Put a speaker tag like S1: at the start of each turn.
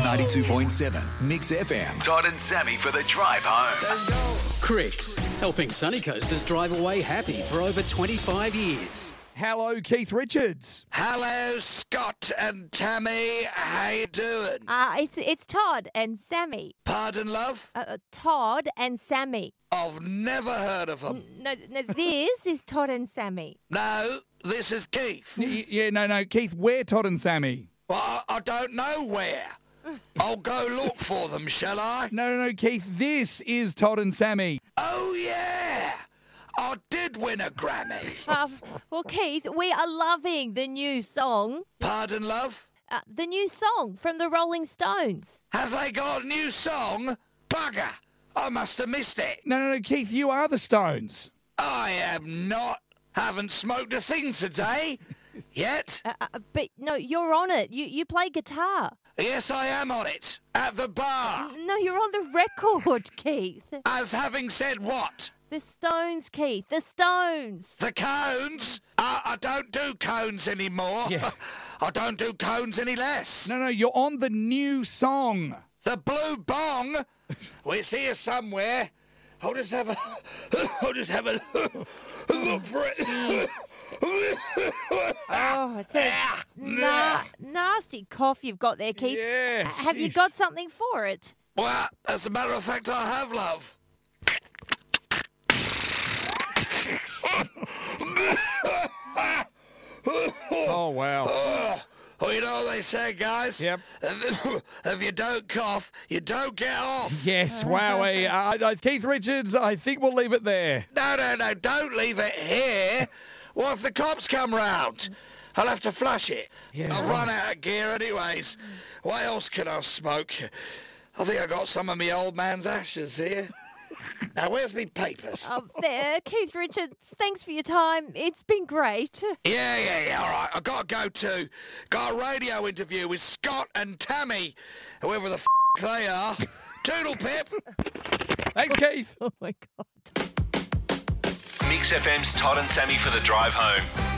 S1: 92.7 Mix FM. Todd and Sammy for the drive home.
S2: Cricks, helping sunny coasters drive away happy for over 25 years.
S3: Hello, Keith Richards.
S4: Hello, Scott and Tammy. How you doing?
S5: Uh, it's it's Todd and Sammy.
S4: Pardon, love.
S5: Uh, uh, Todd and Sammy.
S4: I've never heard of them.
S5: No, no this is Todd and Sammy.
S4: No, this is Keith.
S3: Y- yeah, no, no, Keith, where Todd and Sammy?
S4: Well, I, I don't know where. I'll go look for them, shall I?
S3: No, no, no, Keith, this is Todd and Sammy.
S4: Oh yeah, I did win a Grammy.
S5: Um, well, Keith, we are loving the new song,
S4: Pardon, love.
S5: uh, the new song from the Rolling Stones.
S4: Have they got a new song? Bugger! I must have missed it.
S3: No, no, no, Keith, you are the Stones.
S4: I am not. Haven't smoked a thing today. Yet.
S5: Uh, uh, but no, you're on it. You you play guitar.
S4: Yes, I am on it. At the bar.
S5: No, you're on the record, Keith.
S4: As having said what?
S5: The Stones, Keith. The Stones.
S4: The cones? Uh, I don't do cones anymore.
S3: Yeah.
S4: I don't do cones any less.
S3: No, no, you're on the new song.
S4: The blue bong, well, it's here somewhere. I'll just have a, I'll just have a look for it.
S5: Oh, it's a
S4: Ah,
S5: na- nasty cough you've got there, Keith.
S3: Yeah,
S5: Uh, Have you
S3: Oh, jeez.
S5: got something for it?
S4: well, as a matter of fact, I have love.
S3: Oh, wow.
S4: Oh, you know what they say, guys?
S3: Yep.
S4: if you don't cough, you don't get off.
S3: Yes, wowie. Uh, uh, Keith Richards, I think we'll leave it there.
S4: No, no, no, don't leave it here. What if the cops come round? I'll have to flush it.
S3: Yeah,
S4: I've
S3: right.
S4: run out of gear anyways. What else can I smoke? I think I got some of my old man's ashes here. now, where's me papers?
S5: Oh, there, Keith Richards, thanks for your time. It's been great.
S4: Yeah, yeah, yeah, all right. I got to go to. Got a radio interview with Scott and Tammy, whoever the f*** they are. Toodle pip.
S3: Thanks, Keith.
S5: Oh my God.
S6: Mix FM's Todd and Sammy for the drive home.